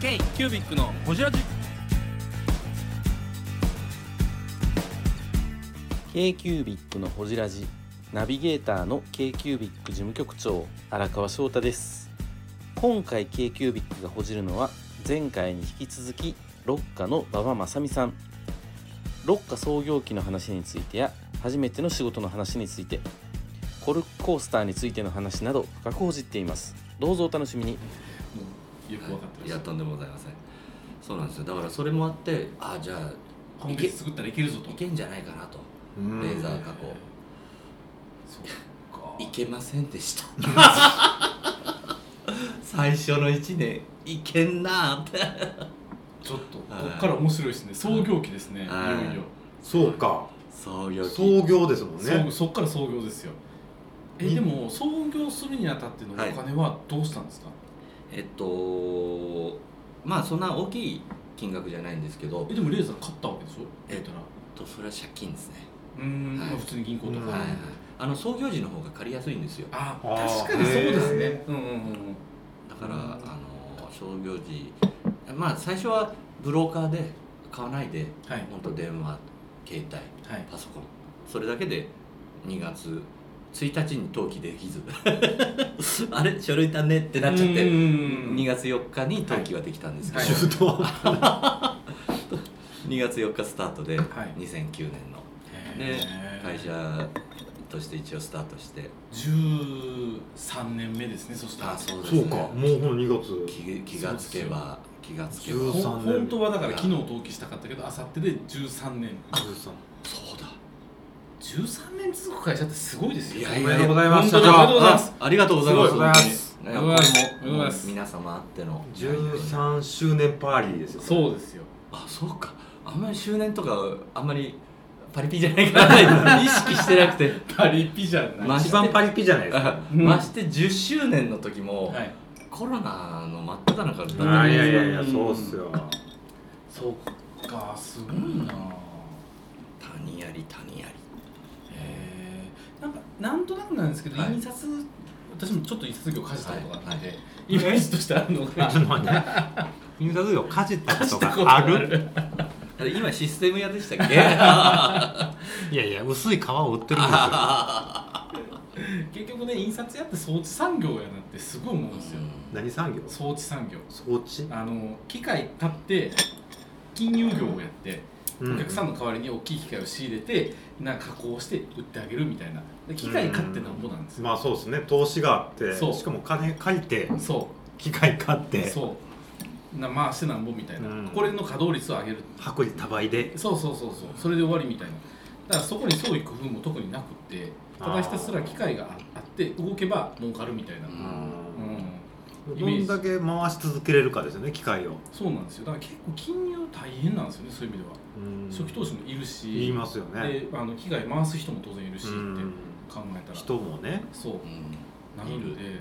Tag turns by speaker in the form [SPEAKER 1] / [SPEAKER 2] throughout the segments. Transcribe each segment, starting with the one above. [SPEAKER 1] K キュービックのホジラジ
[SPEAKER 2] k q u b i c のほじラジナビゲーターの k q u b i c 事務局長荒川翔太です今回 k q u b i c がほじるのは前回に引き続きロッカの馬場正美さんロッカ創業期の話についてや初めての仕事の話についてコルクコースターについての話など深くほじっていますどうぞお楽しみに
[SPEAKER 3] よく分かって
[SPEAKER 4] い
[SPEAKER 3] ま
[SPEAKER 4] や
[SPEAKER 3] す
[SPEAKER 4] とんでもございませんそうなんですよだからそれもあってあじゃあ
[SPEAKER 3] 今月作ったらいけるぞと
[SPEAKER 4] いけんじゃないかなと
[SPEAKER 5] レ
[SPEAKER 4] レーザー加工
[SPEAKER 3] そっか
[SPEAKER 4] いけません でした最初の1年いけんなーって
[SPEAKER 3] ちょっとこ
[SPEAKER 4] はい
[SPEAKER 3] っから面白いですね創業期ですねいよ
[SPEAKER 4] はい
[SPEAKER 3] いよ
[SPEAKER 5] そうか
[SPEAKER 4] そうよ
[SPEAKER 5] 創業ですもん
[SPEAKER 3] そう
[SPEAKER 5] ね
[SPEAKER 3] そっから創業ですよえ
[SPEAKER 5] に
[SPEAKER 3] でも創業するにあたってのお
[SPEAKER 4] はい
[SPEAKER 3] 金はどうしたんですか
[SPEAKER 4] えっとまあそんな大きい金額じゃないんですけど
[SPEAKER 3] えでもレーザー買ったわけでしょ
[SPEAKER 4] え
[SPEAKER 3] 言ったら
[SPEAKER 4] とそれは借金ですね、
[SPEAKER 3] うーんま
[SPEAKER 4] は
[SPEAKER 3] あ
[SPEAKER 4] い
[SPEAKER 3] 普通に銀行と
[SPEAKER 5] うん
[SPEAKER 3] か
[SPEAKER 4] はいはいあの創業時の方が借りやすいんですよだ
[SPEAKER 3] あ
[SPEAKER 5] あー
[SPEAKER 3] 確かにそうです
[SPEAKER 5] へ
[SPEAKER 3] ねうんうんうんうん
[SPEAKER 4] から
[SPEAKER 3] う
[SPEAKER 4] あ
[SPEAKER 3] ん
[SPEAKER 4] の創業時まあ最初はブローカーで買わないで
[SPEAKER 3] はい
[SPEAKER 4] 本当電話携帯
[SPEAKER 3] はい
[SPEAKER 4] パソコンそれだけで2月1日に登記できず あれ書類足んねってなっちゃっ
[SPEAKER 3] う
[SPEAKER 4] て
[SPEAKER 3] ーん
[SPEAKER 4] 2月4日に登記はできたんですけど、
[SPEAKER 3] はい
[SPEAKER 5] 中途半端
[SPEAKER 4] 2月4日スタートで
[SPEAKER 3] はい
[SPEAKER 4] 2009年ので
[SPEAKER 3] へー
[SPEAKER 4] 会社として一応スタートして
[SPEAKER 3] 13年目ですねそしたら
[SPEAKER 4] あそうです
[SPEAKER 5] そ
[SPEAKER 4] ね
[SPEAKER 5] うかもうほん2月
[SPEAKER 4] 気気がつけば気がつけば
[SPEAKER 5] 13
[SPEAKER 3] ほん本当はだから
[SPEAKER 4] いや
[SPEAKER 3] 昨日登記したかったけどあさってで13年
[SPEAKER 4] そうだ
[SPEAKER 3] 13年続く会社ってすごいですよ
[SPEAKER 4] いや
[SPEAKER 5] おめでとうございま
[SPEAKER 3] 本
[SPEAKER 5] す
[SPEAKER 3] 当におめでとうございます
[SPEAKER 4] ありがとうございます
[SPEAKER 3] すごい
[SPEAKER 4] 本当にね
[SPEAKER 3] ありがとうございます
[SPEAKER 4] これ
[SPEAKER 3] ありがとうご
[SPEAKER 4] も
[SPEAKER 3] ざいます
[SPEAKER 4] 皆様あっての
[SPEAKER 5] 13周年パーリーですよ
[SPEAKER 3] そうですよ
[SPEAKER 4] あそうかあんまり周年とかあんまりパリピじゃないから意識してなく て
[SPEAKER 3] パリピじゃない
[SPEAKER 4] ま
[SPEAKER 5] 一番パリピじゃないですか
[SPEAKER 4] あ
[SPEAKER 3] うん
[SPEAKER 4] まして10周年の時も、
[SPEAKER 3] はい
[SPEAKER 4] コロナの真っ只中だったんで
[SPEAKER 5] あいやいやい
[SPEAKER 4] や
[SPEAKER 5] やそうっすよ
[SPEAKER 3] そうかすごいな
[SPEAKER 4] 谷あり谷あ
[SPEAKER 3] へえんかなんとなくなんですけど、
[SPEAKER 4] はい
[SPEAKER 3] 印刷私もちょっと印刷業をかじったことがあって、
[SPEAKER 4] はい
[SPEAKER 3] イメージとしてあるのが
[SPEAKER 5] ちょっと待って印刷業かじった こと
[SPEAKER 3] したこと
[SPEAKER 5] がある
[SPEAKER 4] りあれ今システム屋でしたっ けあ
[SPEAKER 5] いやいや薄い皮を売ってるんで すよ
[SPEAKER 3] 結局ね印刷屋って装置産業やなってすごい思うんですよ、
[SPEAKER 5] 何産業
[SPEAKER 3] 装置産業
[SPEAKER 5] 装置
[SPEAKER 3] あの機械買って金融業をやって
[SPEAKER 5] う
[SPEAKER 3] お客さんの代わりに大きい機械を仕入れてなんか加工して売ってあげるみたいなで機械買ってなんぼなんですよ、
[SPEAKER 5] まあそうですね投資があって
[SPEAKER 3] そう
[SPEAKER 5] しかも金借りて
[SPEAKER 3] そ
[SPEAKER 5] 機械買っ
[SPEAKER 3] う
[SPEAKER 5] て
[SPEAKER 3] そうな回してなんぼみたいな、
[SPEAKER 5] うん
[SPEAKER 3] これの稼働率を上げる
[SPEAKER 5] 薄利多売で
[SPEAKER 3] そうそうそうそうそれで終わりみたいなだからそこに創意工夫も特になくってただひたすら機械がああって動けば儲かるみたいな、う、
[SPEAKER 4] うんん
[SPEAKER 3] イ
[SPEAKER 5] ど
[SPEAKER 3] メージ
[SPEAKER 5] んだけ回し続けれるかですよね機械を
[SPEAKER 3] そうなんですよだから結構金融大変なんですよねそういう意味では、
[SPEAKER 5] うん
[SPEAKER 3] 初期投資もいるし
[SPEAKER 5] 言いますよね
[SPEAKER 3] であの機械回す人も当然いるしって
[SPEAKER 5] うん
[SPEAKER 3] 考えたら
[SPEAKER 5] 人もね
[SPEAKER 3] そう
[SPEAKER 4] うん
[SPEAKER 3] なので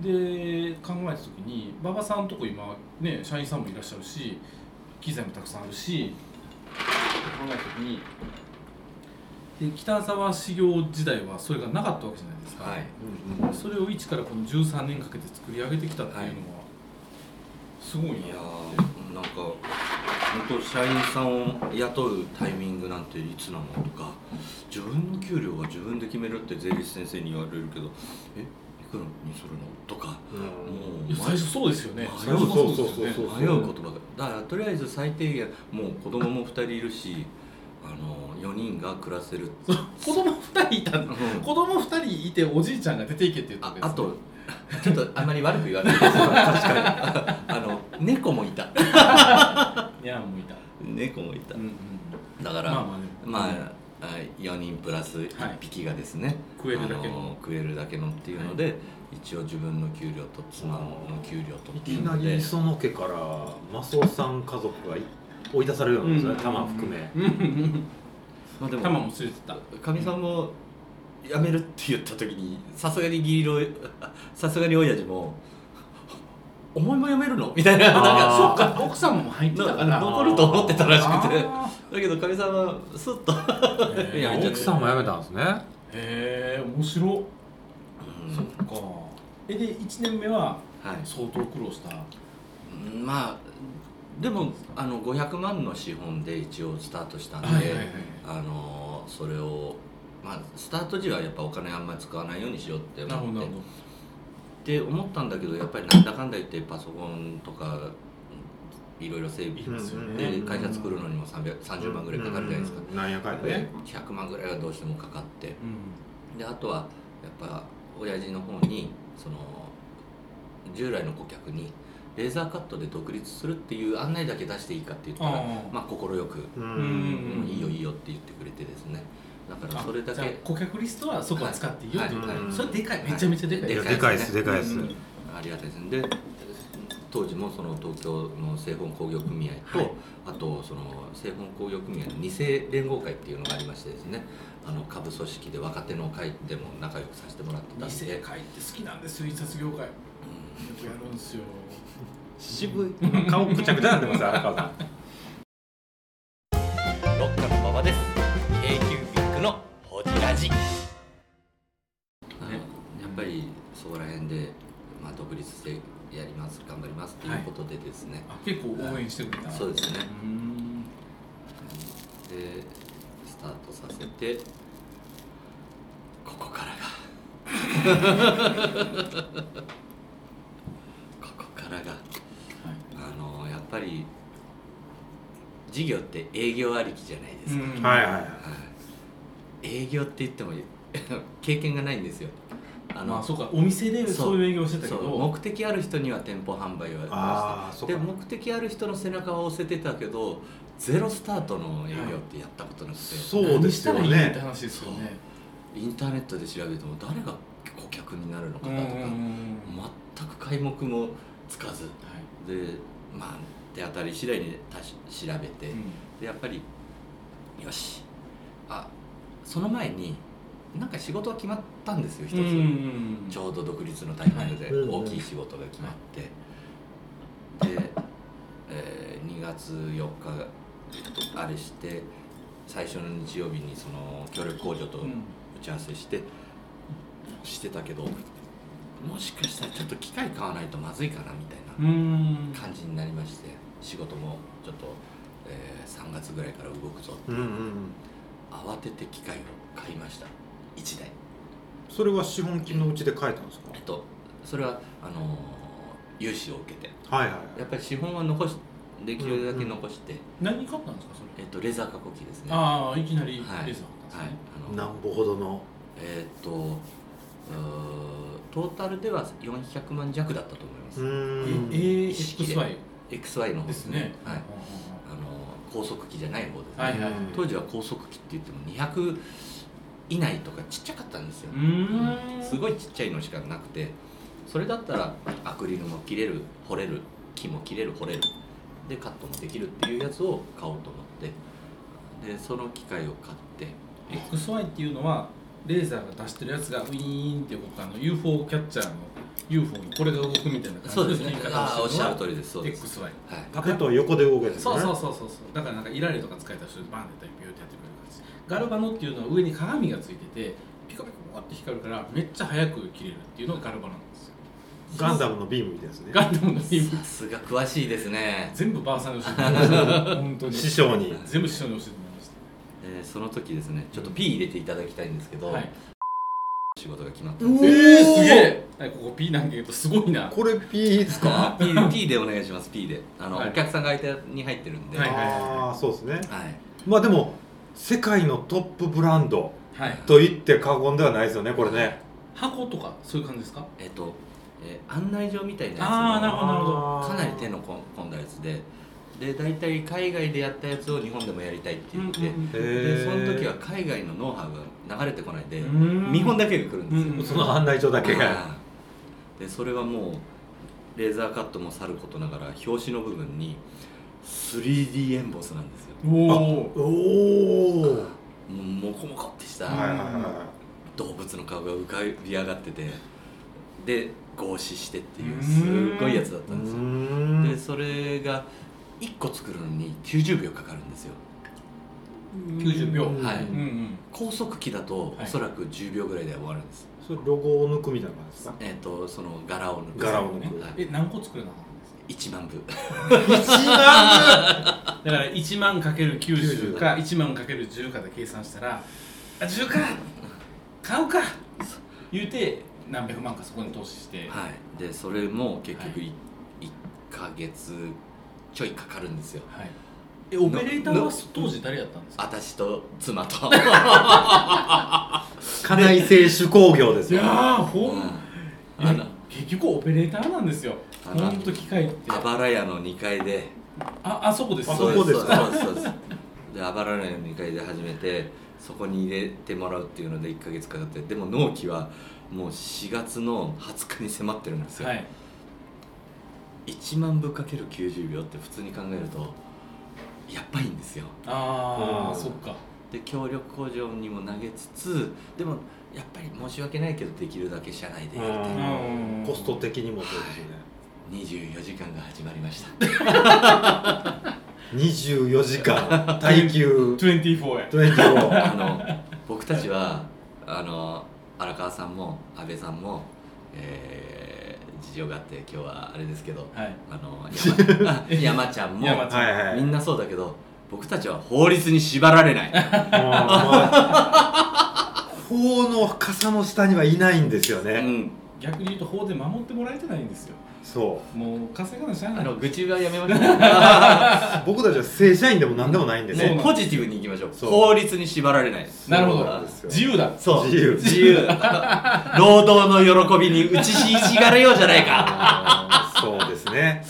[SPEAKER 3] で考えた時に馬場さんとこ今ね社員さんもいらっしゃるし機材もたくさんあるし考えた時にで北沢修行時代はそれがなかったわけじゃないですか、
[SPEAKER 4] はい
[SPEAKER 3] それを一からこの13年かけて作り上げてきたっていうのは
[SPEAKER 4] はい
[SPEAKER 3] すごい
[SPEAKER 4] いや
[SPEAKER 3] な、
[SPEAKER 4] ーなんか本当社員さんを雇うタイミングなんていつなのとか自分の給料は自分で決めるって税理士先生に言われるけどえいくらにするのとか
[SPEAKER 5] うん
[SPEAKER 4] も
[SPEAKER 3] いや最初そうですよね
[SPEAKER 4] まあ
[SPEAKER 3] 最初そうですよね
[SPEAKER 5] そうそうそうそう
[SPEAKER 4] 迷うことばかりだからとりあえず最低限もう子供も2人いるしあの4人が暮らせる、
[SPEAKER 3] 子供2人いた
[SPEAKER 4] う
[SPEAKER 3] の
[SPEAKER 4] ん
[SPEAKER 3] 子供2人いておじいちゃんが出ていけって言ったわ
[SPEAKER 4] あ
[SPEAKER 3] けですね
[SPEAKER 4] あとちょっとあんまり悪く言わないです確かにあの猫もいた
[SPEAKER 3] にゃんもいた、
[SPEAKER 4] 猫もいた
[SPEAKER 3] うんうん、
[SPEAKER 4] だから、
[SPEAKER 3] まあまあね
[SPEAKER 4] まあ、あ4人プラス1匹がですね、
[SPEAKER 3] 食えるだけの
[SPEAKER 4] あ食えるだけのっていうので、一応自分の給料と妻の給料と
[SPEAKER 5] い
[SPEAKER 4] っ
[SPEAKER 5] き
[SPEAKER 4] ていう
[SPEAKER 5] な
[SPEAKER 4] ので
[SPEAKER 5] り磯野家からマスオさん家族が追い出されるようなんですよね玉含め
[SPEAKER 3] うんうんうん
[SPEAKER 4] まあで
[SPEAKER 3] タマも
[SPEAKER 4] も
[SPEAKER 3] 連れてった
[SPEAKER 4] かみさんも辞めるって言った時にさすがに義理の さすがに親父も「お前も辞めるの?」みたいななんか
[SPEAKER 5] あー
[SPEAKER 4] そうか
[SPEAKER 3] 奥さんも入ってたから
[SPEAKER 4] な残ると思ってたらしくて
[SPEAKER 3] あ
[SPEAKER 4] だけどかみさんはスッ と
[SPEAKER 3] ー
[SPEAKER 4] いや
[SPEAKER 3] へー
[SPEAKER 4] 奥さん
[SPEAKER 5] も辞めたんですね
[SPEAKER 3] へえ面白っ
[SPEAKER 4] うん
[SPEAKER 3] そっかえで1年目は
[SPEAKER 4] はい
[SPEAKER 3] 相当苦労した
[SPEAKER 4] まあでもあの500万の資本で一応スタートしたんで、
[SPEAKER 3] はいはいはい
[SPEAKER 4] あのそれを、まあ、スタート時はやっぱお金あんまり使わないようにしようって
[SPEAKER 3] なるほど
[SPEAKER 4] 思
[SPEAKER 3] な
[SPEAKER 4] っ
[SPEAKER 3] る
[SPEAKER 4] て
[SPEAKER 3] ほど
[SPEAKER 4] って思ったんだけどやっぱりなんだかんだ言ってパソコンとかいろいろ整備
[SPEAKER 5] うんうん
[SPEAKER 4] で会社作るのにも300 30万ぐらいかかるじゃないですか
[SPEAKER 5] うんうんうんなんやかんやね
[SPEAKER 4] 100万ぐらいはどうしてもかかって
[SPEAKER 3] う
[SPEAKER 4] であとはやっぱ親父の方にその従来の顧客にレーザーカットで独立するっていう案内だけ出していいかって言った
[SPEAKER 3] ん
[SPEAKER 4] ら
[SPEAKER 3] ああ
[SPEAKER 4] まあ快く、
[SPEAKER 5] う
[SPEAKER 3] うん
[SPEAKER 5] ん
[SPEAKER 4] うんいいよいいよって言ってくれてですねだから
[SPEAKER 3] あ
[SPEAKER 4] それだ
[SPEAKER 3] じゃあ
[SPEAKER 4] け
[SPEAKER 3] 顧客リストはそこは使っていいよっていう
[SPEAKER 5] はいはい
[SPEAKER 3] それでかいめちゃめちゃでかい
[SPEAKER 5] い
[SPEAKER 4] で
[SPEAKER 5] や
[SPEAKER 4] か
[SPEAKER 5] でかいですでかいで
[SPEAKER 3] う
[SPEAKER 5] す
[SPEAKER 3] ん
[SPEAKER 4] ありがたいですねで当時もその東京の製本工業組合と、
[SPEAKER 5] はい
[SPEAKER 4] あとその製本工業組合の二世連合会っていうのがありましてですねあの下部組織で若手の会でも仲良くさせてもらってたん
[SPEAKER 3] 二世
[SPEAKER 4] で、
[SPEAKER 3] 会って好きなんですよ印刷業界よくやるんですよ
[SPEAKER 5] 渋い顔くちゃくちゃなってます荒川さん
[SPEAKER 2] ロッカの馬場です k キュービックのホジラジ
[SPEAKER 4] うんあのやっぱりそこら辺で、まあ、独立してやります頑張りますっていうことでですね、
[SPEAKER 3] あ結構応援してくれた
[SPEAKER 4] そうですね
[SPEAKER 3] うーん
[SPEAKER 4] でスタートさせてここからが ここからがあのやっぱり事業って営業ありきじゃないですか、
[SPEAKER 3] うん
[SPEAKER 5] はいはいはい
[SPEAKER 4] 営業って言っても 経験がないんですよあ
[SPEAKER 3] まあそうかお店でそういう営業してたけ
[SPEAKER 4] そう
[SPEAKER 3] ど
[SPEAKER 4] 目的ある人には店舗販売をやってま
[SPEAKER 5] ああ
[SPEAKER 4] した
[SPEAKER 5] そっ
[SPEAKER 4] で
[SPEAKER 5] か
[SPEAKER 4] 目的ある人の背中は押せてたけどゼロスタートの営業ってやったことなくて、
[SPEAKER 5] そうですよ
[SPEAKER 3] 何したらいいって
[SPEAKER 5] ね
[SPEAKER 3] 話ですよね
[SPEAKER 4] インターネットで調べても誰が顧客になるのか
[SPEAKER 3] うん
[SPEAKER 4] な
[SPEAKER 3] う
[SPEAKER 4] と
[SPEAKER 3] ん
[SPEAKER 4] か、
[SPEAKER 3] うんは
[SPEAKER 4] 全く皆目もつかず
[SPEAKER 3] い
[SPEAKER 4] でまあ手当たり次第にたし調べて、でやっぱりよしあその前になんか仕事は決まったんですよ一つ、
[SPEAKER 3] うんうん
[SPEAKER 4] ちょうど独立のタイミングで
[SPEAKER 5] はい
[SPEAKER 4] 大きい仕事が決まって、で、えー2月4日あれして最初の日曜日にその協力工場と
[SPEAKER 3] う
[SPEAKER 4] 打
[SPEAKER 3] ん
[SPEAKER 4] ち合わせして、してたけどもしかしたらちょっと機械買わないとまずいかなみたい
[SPEAKER 3] う
[SPEAKER 4] な
[SPEAKER 3] ん
[SPEAKER 4] 感じになりまして仕事もちょっと、え3月ぐらいから動くぞ
[SPEAKER 5] うんうんうん
[SPEAKER 4] 慌てて機械を買いました1台
[SPEAKER 5] それは資本金のうちで書いたんです
[SPEAKER 4] えっとそれはあのー融資を受けて
[SPEAKER 5] かはいはいはい
[SPEAKER 4] やっぱり資本は残しできるだけ残して、
[SPEAKER 3] 何買ったんですかそ
[SPEAKER 4] え
[SPEAKER 3] れ
[SPEAKER 4] っとレーザー加工機ですねは
[SPEAKER 3] ああいきなりレーザー買
[SPEAKER 4] い、
[SPEAKER 3] っ
[SPEAKER 4] はい、あ
[SPEAKER 5] な
[SPEAKER 4] の
[SPEAKER 5] んぼほどの
[SPEAKER 4] えっとうートータルでは400万弱だったと思います、
[SPEAKER 5] うーん
[SPEAKER 3] たんですねえ AXY
[SPEAKER 4] XY の方
[SPEAKER 3] ですね
[SPEAKER 4] はい、あの高速機じゃない方ですね、
[SPEAKER 3] はいはい
[SPEAKER 4] 当時は高速機って言っても200以内とかちっちゃかったんですよ、
[SPEAKER 3] うん
[SPEAKER 4] すごいちっちゃいのしかなくてそれだったらアクリルも切れる掘れる木も切れる掘れるでカットもできるっていうやつを買おうと思ってでその機械を買って
[SPEAKER 3] XY っていうのはレーザーが出してるやつがウィーンって動くあの UFO キャッチャーの UFO にこれが動くみたいな
[SPEAKER 4] そう
[SPEAKER 3] 感じ
[SPEAKER 4] で
[SPEAKER 3] の
[SPEAKER 4] す
[SPEAKER 3] 言
[SPEAKER 4] ね
[SPEAKER 3] い方を
[SPEAKER 4] ああおっ
[SPEAKER 3] して
[SPEAKER 4] し
[SPEAKER 3] る
[SPEAKER 4] ゃ
[SPEAKER 3] の
[SPEAKER 4] る
[SPEAKER 3] が
[SPEAKER 4] 通りですそうです、
[SPEAKER 3] XY
[SPEAKER 4] はい、
[SPEAKER 5] パケットは横で動くやつです
[SPEAKER 3] そ
[SPEAKER 5] ね
[SPEAKER 3] うそうそうそうそうだからなんかイラレとか使えた人でバンってやったらビューってやってくれる感じガルバノっていうのは上に鏡がついててピカピカって光るからめっちゃ早く切れるっていうのがガルバノなんですよ
[SPEAKER 5] ガンダムのビームみたいですね
[SPEAKER 3] ガンダムの ビーム
[SPEAKER 4] さすが詳しいですね
[SPEAKER 3] 全部ばあさんに教えてもらいました本当に
[SPEAKER 5] 師匠に
[SPEAKER 3] 全部師匠に教えてもらいまし
[SPEAKER 4] でその時ですねちょっと P 入れていただきたいんですけ
[SPEAKER 3] た
[SPEAKER 4] ど、
[SPEAKER 3] はい
[SPEAKER 4] 仕事が決まったんです
[SPEAKER 3] えー、すげえ、はい、ここ P なんだけどすごいな
[SPEAKER 5] これ P ですか
[SPEAKER 4] P, P でお願いします P であの、
[SPEAKER 3] はい
[SPEAKER 4] お客さんが相手に入ってるんで、
[SPEAKER 3] はいはい
[SPEAKER 5] ああそうですね
[SPEAKER 4] はい
[SPEAKER 5] まあでも世界のトップブランド
[SPEAKER 3] はい
[SPEAKER 5] と言って過言ではないですよねこれね
[SPEAKER 3] 箱とかそういう感じですか
[SPEAKER 4] えっ、と、えー案内状みたいなやつ
[SPEAKER 3] あーなるほど
[SPEAKER 4] かなり手の込ん込んだやつでで大体海外でやったやつを日本でもやりたいって言って、
[SPEAKER 5] へー
[SPEAKER 4] でその時は海外のノウハウが流れてこないで、見
[SPEAKER 3] 見
[SPEAKER 4] 本だけが来るんですよ、
[SPEAKER 3] うん
[SPEAKER 5] その案内所だけが
[SPEAKER 4] はいでそれはもうレーザーカットもさることながら表紙の部分に 3D エンボスなんですよ
[SPEAKER 3] おお
[SPEAKER 5] おお
[SPEAKER 4] もうモコモコってした、
[SPEAKER 5] はいはいは
[SPEAKER 4] 動物の顔が浮かび上がっててで合死してっていうすっごいやつだっ
[SPEAKER 5] い
[SPEAKER 4] た
[SPEAKER 5] うん
[SPEAKER 4] ですよ
[SPEAKER 5] ー
[SPEAKER 4] で
[SPEAKER 5] ん
[SPEAKER 4] それが1個作るのに90秒かかるんですよ
[SPEAKER 3] 90秒
[SPEAKER 5] うん
[SPEAKER 4] はい
[SPEAKER 3] うんうん
[SPEAKER 4] 高速機だと
[SPEAKER 3] はい
[SPEAKER 4] おそらく10秒ぐらいで終わるんです、
[SPEAKER 5] それロゴを抜くみたいな感じですか
[SPEAKER 4] えっ、とその柄を抜く
[SPEAKER 5] 柄を抜
[SPEAKER 3] ね
[SPEAKER 5] く
[SPEAKER 4] はい
[SPEAKER 3] え何個作るの
[SPEAKER 4] 1 1万部
[SPEAKER 3] 1万だから1万かける90か1万かける10かで計算したらあ10か買うか言うて何百万かそこに投資して、
[SPEAKER 4] はいでそれも結局、
[SPEAKER 3] はい
[SPEAKER 4] 1か月ちょいかかるんですよ
[SPEAKER 3] はいえオペレーターは当時誰やったんですか
[SPEAKER 4] 私と妻と、
[SPEAKER 5] 家内製手工業です
[SPEAKER 3] い
[SPEAKER 5] よ
[SPEAKER 3] やー
[SPEAKER 4] う
[SPEAKER 3] ほん、い
[SPEAKER 4] ん
[SPEAKER 3] や
[SPEAKER 4] あの
[SPEAKER 3] 結局オペレーターなんですよ
[SPEAKER 4] あ
[SPEAKER 3] ほんと機械って
[SPEAKER 4] あばら屋の2階で
[SPEAKER 3] ああそこです
[SPEAKER 5] あそこですか
[SPEAKER 4] そうですそうですそうですであばら屋の2階で始めてそこに入れてもらうっていうので1か月かかってでも納期はもう4月の20日に迫ってるんですよ、
[SPEAKER 3] はい
[SPEAKER 4] 1万部かける90秒って普通に考えるとやっぱいいんですよ
[SPEAKER 3] ああ
[SPEAKER 5] うん
[SPEAKER 3] そっか
[SPEAKER 4] で協力工場にも投げつつでもやっぱり申し訳ないけどできるだけ社内でやる
[SPEAKER 5] う
[SPEAKER 4] て
[SPEAKER 5] ん
[SPEAKER 3] うん
[SPEAKER 5] コスト的にもそうですしね
[SPEAKER 4] 24時間が始まりました
[SPEAKER 5] 24時間耐 久
[SPEAKER 3] 24や
[SPEAKER 5] 24
[SPEAKER 4] あの僕たちはあの荒川さんも安倍さんも、えー事情があって今日はあれですけど
[SPEAKER 3] はい
[SPEAKER 4] あ の山あ山ちゃんも
[SPEAKER 3] 山ち
[SPEAKER 5] はいはい
[SPEAKER 4] みんなそうだけど僕たちは法律に縛られない
[SPEAKER 5] もう法の傘の下にはいないんですよね、
[SPEAKER 4] うん、
[SPEAKER 3] 逆に言うと法で守ってもらえてないんですよ
[SPEAKER 5] そ
[SPEAKER 3] もう稼がないしゃあな
[SPEAKER 4] あ
[SPEAKER 3] い
[SPEAKER 4] の愚痴はやめましょ
[SPEAKER 5] う僕たちは正社員でも何でもないんで
[SPEAKER 3] そう
[SPEAKER 4] う、
[SPEAKER 3] なん
[SPEAKER 5] ね
[SPEAKER 4] ね、
[SPEAKER 3] です
[SPEAKER 4] ポジティブにいきましょう
[SPEAKER 5] そう
[SPEAKER 4] 法律に縛られない
[SPEAKER 3] なるほ
[SPEAKER 5] そう
[SPEAKER 3] ど
[SPEAKER 5] んですよ
[SPEAKER 3] 自由だ
[SPEAKER 4] そう
[SPEAKER 5] 自由
[SPEAKER 4] 自由労働の喜びに打ちひしがれようじゃないか
[SPEAKER 5] あーそうですね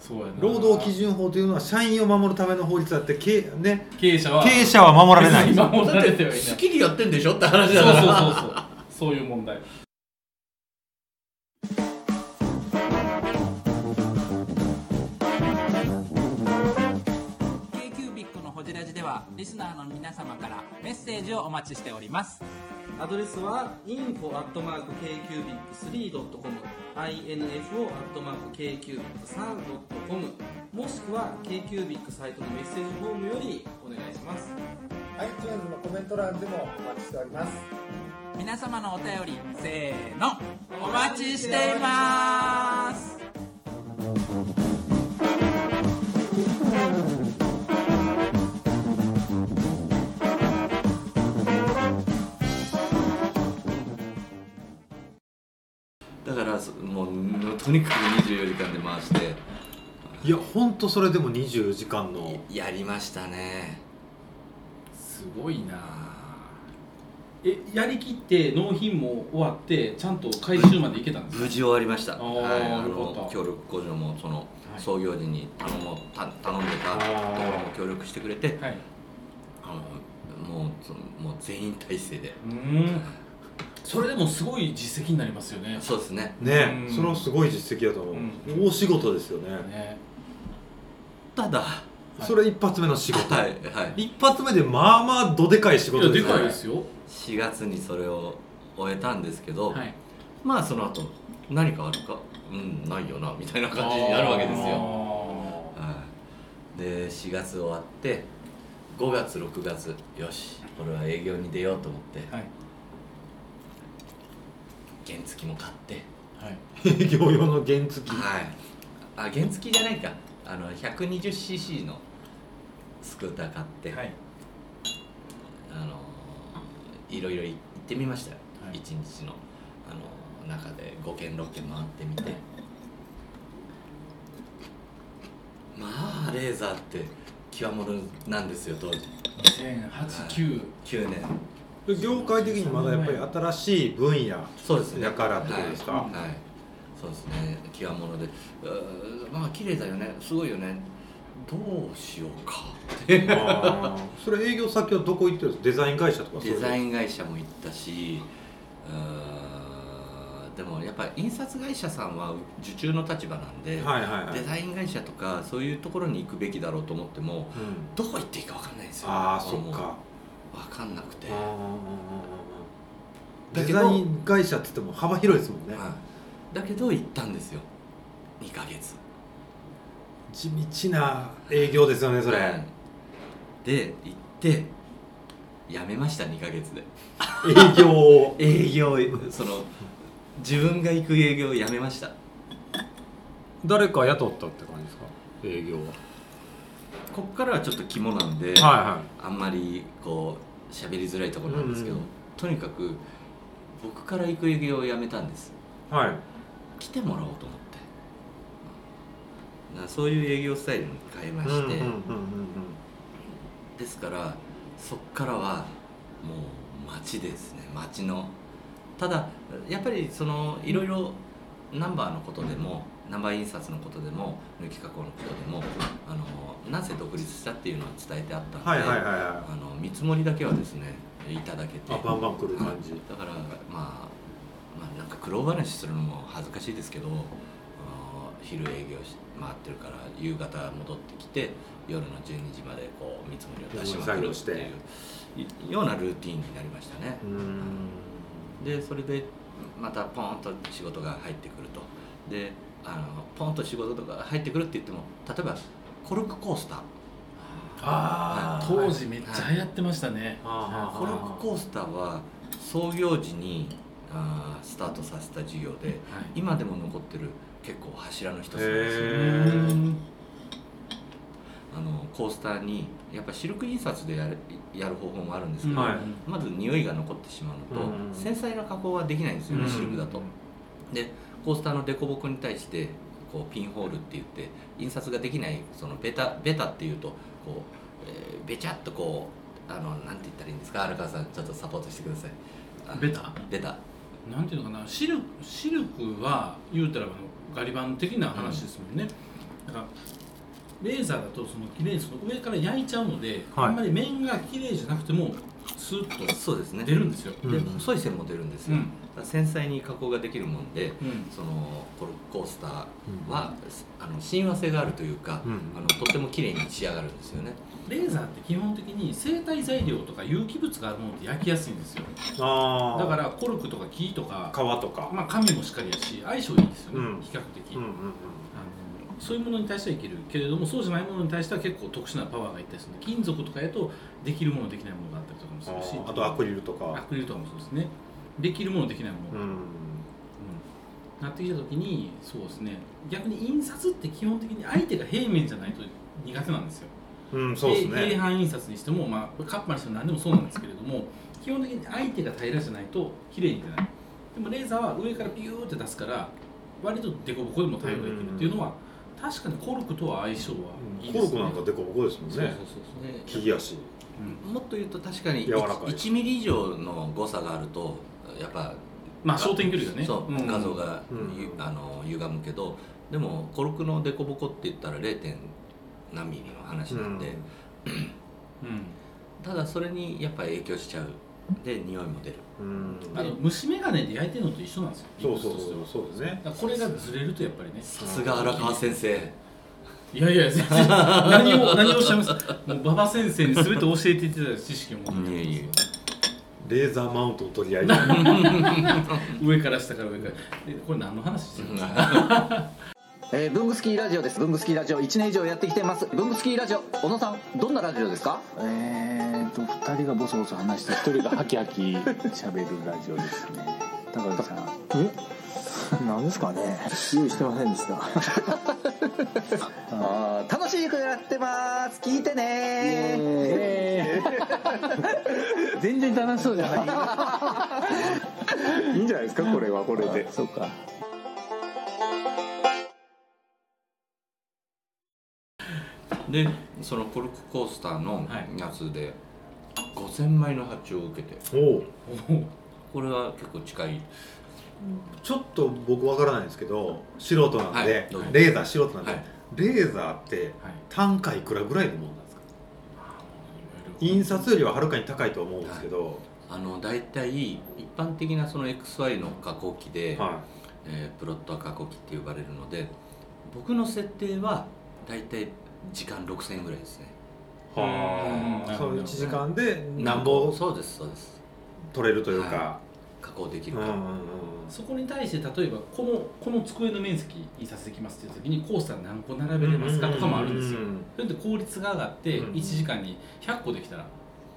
[SPEAKER 3] そうやな
[SPEAKER 5] 労働基準法というのは社員を守るための法律だってけ、ね、
[SPEAKER 3] 経営者は
[SPEAKER 5] 経営者は守られないんですよ
[SPEAKER 3] 守られてはいない
[SPEAKER 4] 好きにやってんでしょって話だ
[SPEAKER 3] そう
[SPEAKER 4] から
[SPEAKER 3] そうそうそうそういう問題
[SPEAKER 6] ケーキュービックのホジラジではリスナーの皆様からメッセージをお待ちしております。
[SPEAKER 2] アドレスは info.kcubic3.com info.kcubic3.com もしくは KQBIC サイトのメッセージフォームよりお願いします
[SPEAKER 7] iTunes のコメント欄でもお待ちしております
[SPEAKER 6] 皆様のお便り、せーの、お待ちしています。
[SPEAKER 4] だからそもうとにかく24時間で回して
[SPEAKER 5] いやほんとそれでも24時間の
[SPEAKER 4] やりましたね
[SPEAKER 3] すごいなえやりきって納品も終わってちゃんと回収までいけたんですか
[SPEAKER 4] 無事終わりました、
[SPEAKER 3] おー
[SPEAKER 4] はい、あ
[SPEAKER 3] よかっ
[SPEAKER 4] の
[SPEAKER 3] た
[SPEAKER 4] 協力工場もその
[SPEAKER 3] い
[SPEAKER 4] 創業時に頼もうた頼んでた
[SPEAKER 5] あ
[SPEAKER 4] と
[SPEAKER 5] ー
[SPEAKER 4] ころも協力してくれて
[SPEAKER 3] はい
[SPEAKER 4] あのもうそのもう全員体制で
[SPEAKER 3] うんそれでもすごい実績になりますよね
[SPEAKER 4] そうですね
[SPEAKER 5] ね
[SPEAKER 3] うん
[SPEAKER 5] それはすごい実績だと思う、
[SPEAKER 3] うん
[SPEAKER 5] 大仕事ですよね
[SPEAKER 3] ね
[SPEAKER 4] ただ
[SPEAKER 3] はい
[SPEAKER 5] それ一発目の仕事、
[SPEAKER 4] はいはい
[SPEAKER 5] 一発目でまあまあどでかい仕
[SPEAKER 3] い
[SPEAKER 5] 事
[SPEAKER 3] や
[SPEAKER 5] で
[SPEAKER 3] です
[SPEAKER 5] よ
[SPEAKER 3] かい
[SPEAKER 5] ね
[SPEAKER 3] ですよ
[SPEAKER 4] 4月にそれを終えたんですけど、
[SPEAKER 3] はい
[SPEAKER 4] まあその後何かあるかうんないよなみたいな感じになるわけですよ、
[SPEAKER 3] よ
[SPEAKER 4] はい、で4月終わって5月6月よしこれは営業に出ようと思って
[SPEAKER 3] はい
[SPEAKER 4] 原付も買って
[SPEAKER 3] はい
[SPEAKER 5] 営業用の原付
[SPEAKER 4] はいあ原付じゃないかあの 120cc のスクーター買って、
[SPEAKER 3] はい
[SPEAKER 4] あのいろいろ行ってみましたよ、
[SPEAKER 3] はい
[SPEAKER 4] 一日のあの中で5軒6軒回ってみてまあレーザーって極物なんですよ当時
[SPEAKER 3] 2089
[SPEAKER 4] 9年
[SPEAKER 5] 業界的にまだやっぱり新しい分野
[SPEAKER 4] そうですね
[SPEAKER 5] だからってことですか、
[SPEAKER 4] はい、はいそうですね極物でうーまあ綺麗だよねすごいよねどうしようかって
[SPEAKER 5] あーそれ営業先はどこ行ってるんですかデザイン会社とかそうい
[SPEAKER 4] デ
[SPEAKER 5] う
[SPEAKER 4] ザイン会社も行ったしうーんでもやっぱり印刷会社さんは受注の立場なんで、
[SPEAKER 5] はいはいはい
[SPEAKER 4] デザイン会社とかそういうところに行くべきだろうと思っても
[SPEAKER 5] うん
[SPEAKER 4] どこ行っていいか分かんないんですよ
[SPEAKER 5] ああそ
[SPEAKER 4] も
[SPEAKER 5] っ
[SPEAKER 4] う
[SPEAKER 5] か
[SPEAKER 4] 分かんなくて、
[SPEAKER 5] あー
[SPEAKER 4] は
[SPEAKER 5] デ
[SPEAKER 4] だけど
[SPEAKER 5] ザイン会社って言っても幅広いですもんね
[SPEAKER 4] い、だけど行ったんですよ2ヶ月
[SPEAKER 5] 地道な営業ですよねそれ、
[SPEAKER 4] はいで行って辞めました2ヶ月で
[SPEAKER 5] 営業を
[SPEAKER 4] 営業その自分が行く営業を辞めました
[SPEAKER 8] 誰か雇ったって感じですか営業
[SPEAKER 4] こっからはちょっと肝なんで、
[SPEAKER 8] ははいはい
[SPEAKER 4] あんまりこう喋りづらいところなんですけど、
[SPEAKER 8] うんうん
[SPEAKER 4] とにかく僕から行く営業をやめたんです
[SPEAKER 8] はい
[SPEAKER 4] 来てもらおうと思ってなそういう営業スタイルに変えまして、
[SPEAKER 8] うんうんうん
[SPEAKER 4] ですからそっからはもう街ですね街のただやっぱりそのいろいろナンバーのことでもナンバー印刷のことでも抜き加工のことでもあのなぜ独立したっていうのは伝えてあったんで、
[SPEAKER 8] はいはいはいはい
[SPEAKER 4] あの見積もりだけはですねいただけて
[SPEAKER 8] あバンバン来る感じ
[SPEAKER 4] だからまあまあなんか苦労話するのも恥ずかしいですけどあの昼営業し回ってるから夕方戻ってきて夜の12時までこう見積もりを出しまくるっていういようなルーティンになりましたね
[SPEAKER 8] うーん
[SPEAKER 4] でそれでまたポンと仕事が入ってくるとであのポンと仕事とか入ってくるって言っても例えばコルクコースター
[SPEAKER 3] ああ
[SPEAKER 4] はい
[SPEAKER 3] 当時めっちゃ流行ってましたね、
[SPEAKER 8] あ
[SPEAKER 4] コルクコースターは創業時にあースタートさせた事業で
[SPEAKER 3] はい
[SPEAKER 4] 今でも残ってる結構柱の一つなんですよ
[SPEAKER 8] へー
[SPEAKER 4] あのコースターにやっぱシルク印刷でやるやる方法もあるんですけど、
[SPEAKER 8] はい
[SPEAKER 4] まず匂いが残ってしまうのと、
[SPEAKER 8] うん
[SPEAKER 4] 繊細な加工はできないんですよね、
[SPEAKER 8] うん
[SPEAKER 4] シルクだとでコースターの凸凹に対してこうピンホールって言って印刷ができないそのベタベタっていうとこう、えーベチャっとこうあのなんて言ったらいいんですか荒川さんちょっとサポートしてくださいあ
[SPEAKER 3] ベタ
[SPEAKER 4] ベタ
[SPEAKER 3] なんていうのかなシルクシルクは言うたらあのガリ版的な話ですもんね、だからレーザーだとその綺麗にその上から焼いちゃうので、
[SPEAKER 8] はい
[SPEAKER 3] あんまり面が綺麗じゃなくてもスーッ
[SPEAKER 4] そうですね
[SPEAKER 3] と出るんですよ、
[SPEAKER 4] で細い線も出るんですよ、だから繊細に加工ができるもんで
[SPEAKER 3] うん
[SPEAKER 4] そのコルクコースターは、あの親和性があるというか、
[SPEAKER 8] うん
[SPEAKER 4] あのとても綺麗に仕上がるんですよね
[SPEAKER 3] レーザーって基本的に生体材料とか有機物があるものって焼きやすいんですよ
[SPEAKER 8] あ
[SPEAKER 3] だ
[SPEAKER 8] ー
[SPEAKER 3] からコルクとか木とか、
[SPEAKER 8] 川とか
[SPEAKER 3] まあ、紙もしっかりやし相性いいですよね、
[SPEAKER 8] うん
[SPEAKER 3] 比較的、
[SPEAKER 8] うんうん
[SPEAKER 3] あのそういうものに対してはいけるけれどもそうじゃないものに対しては結構特殊なパワーがいったりするので金属とかやとできるものできないものがあったりとかもす
[SPEAKER 8] あ
[SPEAKER 3] るし
[SPEAKER 8] ーあとアクリルと
[SPEAKER 3] ア
[SPEAKER 8] か
[SPEAKER 3] クリルとかもそうですねできるものできないもの、
[SPEAKER 8] う
[SPEAKER 3] うん
[SPEAKER 8] ん
[SPEAKER 3] なってきた時にそうですね逆に印刷って基本的に相手が平面じゃないと苦手なんですよ
[SPEAKER 8] うんそうです
[SPEAKER 3] 平
[SPEAKER 8] ね
[SPEAKER 3] 板印刷にしても、まあ、カッパにしても何でもそうなんですけれども基本的に相手が平らじゃないと綺麗に出ないでもレーザーは上からビューって出すから割と凸凹でも対応できるっていうのは確かにコルクとは相性はいい
[SPEAKER 8] コ
[SPEAKER 3] で
[SPEAKER 8] ル
[SPEAKER 3] す
[SPEAKER 8] ク
[SPEAKER 3] ね
[SPEAKER 8] なんかデコボコですもん
[SPEAKER 3] そうそう
[SPEAKER 8] ね
[SPEAKER 3] そう
[SPEAKER 4] で
[SPEAKER 8] 利き足
[SPEAKER 4] もっと言うと確かに
[SPEAKER 8] 柔らかい
[SPEAKER 4] 1ミリ以上の誤差があるとやっぱ
[SPEAKER 3] まあ焦点距離がね
[SPEAKER 4] そう、
[SPEAKER 3] ん
[SPEAKER 4] 画像が、
[SPEAKER 8] うん
[SPEAKER 4] ゆあの歪むけどでもコルクの凸凹って言ったら 0. 何ミリの話なんで、
[SPEAKER 3] うん
[SPEAKER 4] ただそれにやっぱ影響しちゃうで匂いも出る
[SPEAKER 8] うん
[SPEAKER 3] あの虫眼鏡で焼いてるのと一緒なんですよ
[SPEAKER 8] そうそう
[SPEAKER 3] 理屈とし
[SPEAKER 8] そ
[SPEAKER 3] ては
[SPEAKER 8] うそうですね
[SPEAKER 3] だからこれがずれるとやっぱりね
[SPEAKER 4] さすが荒川先生
[SPEAKER 3] いやいや全然何 を何をおっしゃいますもう馬場先生に全て教えていただいた知識を持って
[SPEAKER 4] いえいえ
[SPEAKER 8] レーザーマウントの取り合いでは
[SPEAKER 3] 上から下から上からえこれ何の話してるんですか
[SPEAKER 9] えー、ブングスキーラジオです。ブングスキーラジオ1年以上やってきてます。ブングスキーラジオ、小野さん、どんなラジオですかえーと、2人がボソボソ話して、1人がハキハキ喋るラジオですね。高橋さん。えなんですかね用意してませんでした。あー楽しい曲やってます。聞いてね全然楽しそうじゃない。いいんじゃないですか、これはこれで。そうか。
[SPEAKER 4] でそのコルクコースターのやつで、5000枚の発注を受けて
[SPEAKER 8] おう
[SPEAKER 4] これは結構近い
[SPEAKER 8] ちょっと僕わからないんですけど素人なんで、
[SPEAKER 4] はいどうぞ
[SPEAKER 8] レーザー素人なんで、
[SPEAKER 4] はい
[SPEAKER 8] レーザーって
[SPEAKER 3] はい
[SPEAKER 8] 単価いくらぐらいのものなんですか印刷よりははるかに高いと思うんですけど、
[SPEAKER 4] あの大体一般的なその XY の加工機で、
[SPEAKER 8] は
[SPEAKER 4] えープロット加工機って呼ばれるので僕の設定は大体時間6000円ぐらいですね
[SPEAKER 8] い、は
[SPEAKER 3] うん
[SPEAKER 8] あ、その1時間で
[SPEAKER 4] なん
[SPEAKER 8] 何ぼ
[SPEAKER 4] そうですそうです
[SPEAKER 8] 取れるというか、
[SPEAKER 4] は加工でき
[SPEAKER 8] う
[SPEAKER 4] る
[SPEAKER 8] ん
[SPEAKER 4] か
[SPEAKER 8] う
[SPEAKER 4] ら、
[SPEAKER 8] んうん
[SPEAKER 3] そこに対して例えばこのこの机の面積印刷できますっていう時にコースター何個並べれますかとかもあるんですよ
[SPEAKER 8] う
[SPEAKER 3] それで効率が上がって
[SPEAKER 8] うん
[SPEAKER 3] 1時間に100個できたら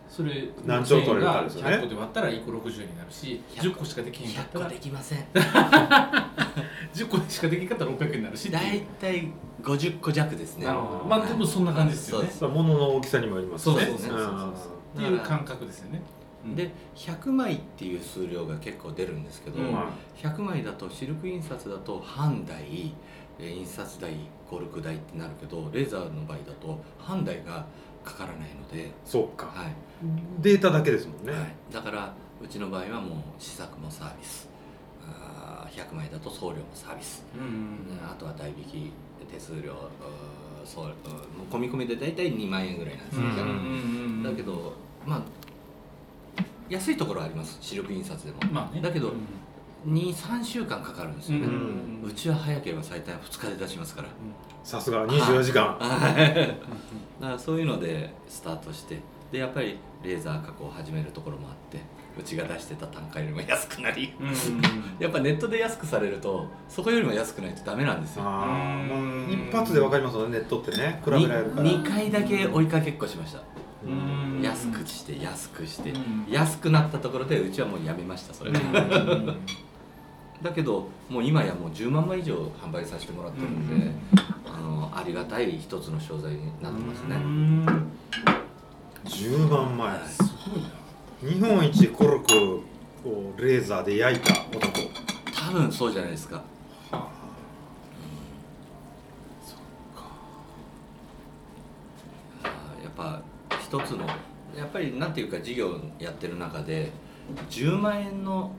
[SPEAKER 3] それ
[SPEAKER 5] 何兆取れるかですよね
[SPEAKER 3] 100個で割ったら1個60になるし10個しかできへんかった
[SPEAKER 4] 100
[SPEAKER 3] ら
[SPEAKER 4] 個できません
[SPEAKER 3] 10個しかできんかったら600になるしってい
[SPEAKER 4] 大
[SPEAKER 3] う
[SPEAKER 4] 体50個弱ですね
[SPEAKER 3] なるほどまあでもそんな感じですよね
[SPEAKER 4] そう
[SPEAKER 5] まあ物の大きさにもよります
[SPEAKER 3] そう
[SPEAKER 5] ね
[SPEAKER 3] そうそうそうそうっていう感覚ですよねうん
[SPEAKER 4] で100枚っていう数量が結構出るんですけど、
[SPEAKER 3] うん
[SPEAKER 4] 100枚だとシルク印刷だと半台えー印刷台56台ってなるけどレーザーの場合だと半台がかからないので、
[SPEAKER 5] そうか
[SPEAKER 4] はい
[SPEAKER 5] データだけですもんね、
[SPEAKER 4] はい、だからうちの場合はもう試作もサービスあー100枚だと送料もサービス、
[SPEAKER 3] うんうん
[SPEAKER 4] あとは代引き手数料うーそううん込み込みで大体2万円ぐらいなんですよ、
[SPEAKER 3] うんうんうんうん
[SPEAKER 4] だけどまあ安いところはあります視力印刷でも、
[SPEAKER 3] まあね
[SPEAKER 4] だけど
[SPEAKER 3] うん
[SPEAKER 4] 23週間かかるんですよね、
[SPEAKER 3] う
[SPEAKER 4] うんちは早ければ最短2日で出しますから、
[SPEAKER 5] さすが24時 間
[SPEAKER 4] だからそういうのでスタートしてでやっぱりレーザー加工を始めるところもあってうちが出してた単価よりも安くなり、
[SPEAKER 3] うんうんうん
[SPEAKER 4] やっぱネットで安くされるとそこよりも安くないとダメなんですよ
[SPEAKER 5] あー
[SPEAKER 3] うん
[SPEAKER 5] 一発でわかりますよねネットってね比べられるから
[SPEAKER 4] 2回だけ追いかけっこしました
[SPEAKER 3] うん
[SPEAKER 4] 安くして安くして
[SPEAKER 3] うん
[SPEAKER 4] 安くなったところでうちはもうやめましたそれ
[SPEAKER 3] うん
[SPEAKER 4] だけどもう今やもう10万枚以上販売させてもらってるんで、あのありがたい一つの商材になってますね、
[SPEAKER 5] 10万枚
[SPEAKER 4] はい
[SPEAKER 5] 日本一コルクをレーザーで焼いた男
[SPEAKER 4] 多分そうじゃないですかあーやっぱ一つのやっぱりなんていうか事業やってる中で10万円の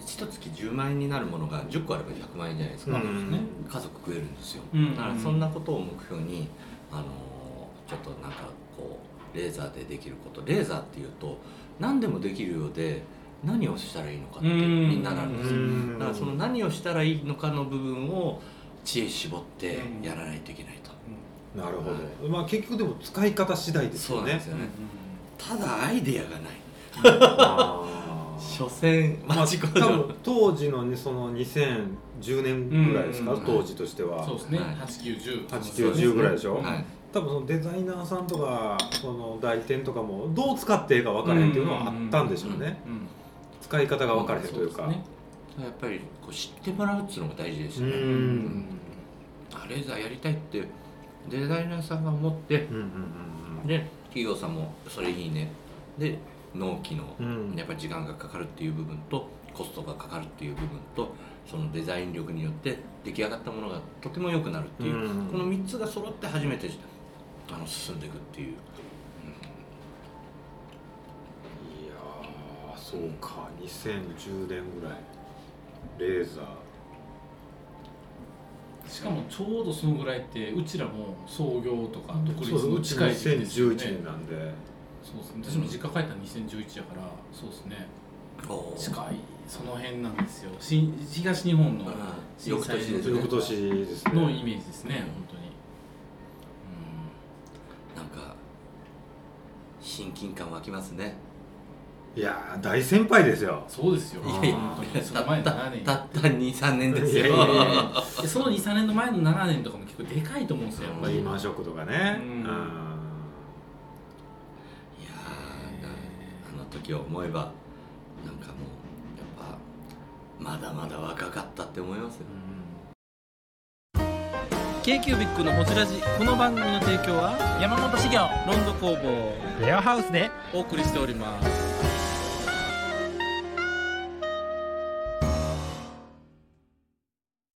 [SPEAKER 4] 一月10万円になるものが10個あれば100万円じゃないですか、
[SPEAKER 5] うん
[SPEAKER 4] 家族食えるんですよ、
[SPEAKER 3] うん
[SPEAKER 4] だからそんなことを目標に、あのーちょっとなんかこうレーザーでできることレーザーっていうと何でもできるようで何をしたらいいのかって
[SPEAKER 3] うん
[SPEAKER 4] みんななるんですよ、
[SPEAKER 5] うん
[SPEAKER 4] だからその何をしたらいいのかの部分を知恵絞ってやらないといけないと、
[SPEAKER 5] なるほどまあ結局でも使い方次第です
[SPEAKER 4] そう
[SPEAKER 5] よ
[SPEAKER 4] なん
[SPEAKER 5] ね
[SPEAKER 4] ですよね、ただアイデアがない
[SPEAKER 5] あ ー
[SPEAKER 4] 所詮
[SPEAKER 5] まあ、
[SPEAKER 4] 町
[SPEAKER 5] 多
[SPEAKER 4] 工場
[SPEAKER 5] 分当時のねその2010年ぐらいですか、
[SPEAKER 4] うんうん
[SPEAKER 5] 当時としては、
[SPEAKER 3] そうですね
[SPEAKER 4] はい
[SPEAKER 3] 8910
[SPEAKER 5] 8910ぐらいでしょ、
[SPEAKER 4] はい
[SPEAKER 5] 多分そのデザイナーさんとかその代理店とかもどう使っていいか分からへんっていうのはあったんでしょうね、
[SPEAKER 4] うんうん
[SPEAKER 3] うん
[SPEAKER 5] 使い方が分からへんというか、
[SPEAKER 3] そうですね
[SPEAKER 4] やっぱりこう知ってもらうっていうのが大事ですよね
[SPEAKER 5] うん
[SPEAKER 4] あレーザーやりたいってデザイナーさんが思って
[SPEAKER 5] うんうん
[SPEAKER 4] で企業さんもそれいいねで納期の
[SPEAKER 5] うんうん
[SPEAKER 4] やっぱり時間がかかるっていう部分とコストがかかるっていう部分とそのデザイン力によって出来上がったものがとても良くなるっていう、
[SPEAKER 5] うん
[SPEAKER 4] この3つが揃って初めてあの進んでいくっていう
[SPEAKER 5] いやーそうか2010年ぐらいレーザー
[SPEAKER 3] しかもちょうどそのぐらいってうちらも創業とか独立
[SPEAKER 5] そう
[SPEAKER 3] の
[SPEAKER 5] です
[SPEAKER 3] 近い時期ですよ
[SPEAKER 5] 2011
[SPEAKER 3] ね
[SPEAKER 5] 年なんで、
[SPEAKER 3] そうですね私も実家帰ったの2011やからそうですね近いその辺なんですよ新東日本の
[SPEAKER 4] うん
[SPEAKER 3] 震
[SPEAKER 4] 翌
[SPEAKER 3] 災
[SPEAKER 4] 年ですね
[SPEAKER 5] 翌年ですね
[SPEAKER 3] のイメージですね本当に
[SPEAKER 4] なんか親近感湧きますね
[SPEAKER 5] いやー大先輩ですよ
[SPEAKER 3] そうですよ
[SPEAKER 4] いやいや
[SPEAKER 3] 本当にそ
[SPEAKER 4] た
[SPEAKER 3] の
[SPEAKER 4] っ
[SPEAKER 3] 前
[SPEAKER 4] た
[SPEAKER 3] の7年
[SPEAKER 4] たった23年ですよ
[SPEAKER 5] いやいやいや
[SPEAKER 3] でその23年の前の7年とかも結構でかいと思うんですよやっぱ
[SPEAKER 5] リ
[SPEAKER 3] り
[SPEAKER 5] ーマンショックとか
[SPEAKER 3] うん
[SPEAKER 4] い
[SPEAKER 5] ね
[SPEAKER 4] やーなあの時を思えばなんかもうやっぱまだまだ若かったって思いますよ
[SPEAKER 10] k q b i c のホジラジこの番組の提供は
[SPEAKER 11] 山本修行
[SPEAKER 10] ロンド工房
[SPEAKER 12] レアハウスで
[SPEAKER 10] お送りしております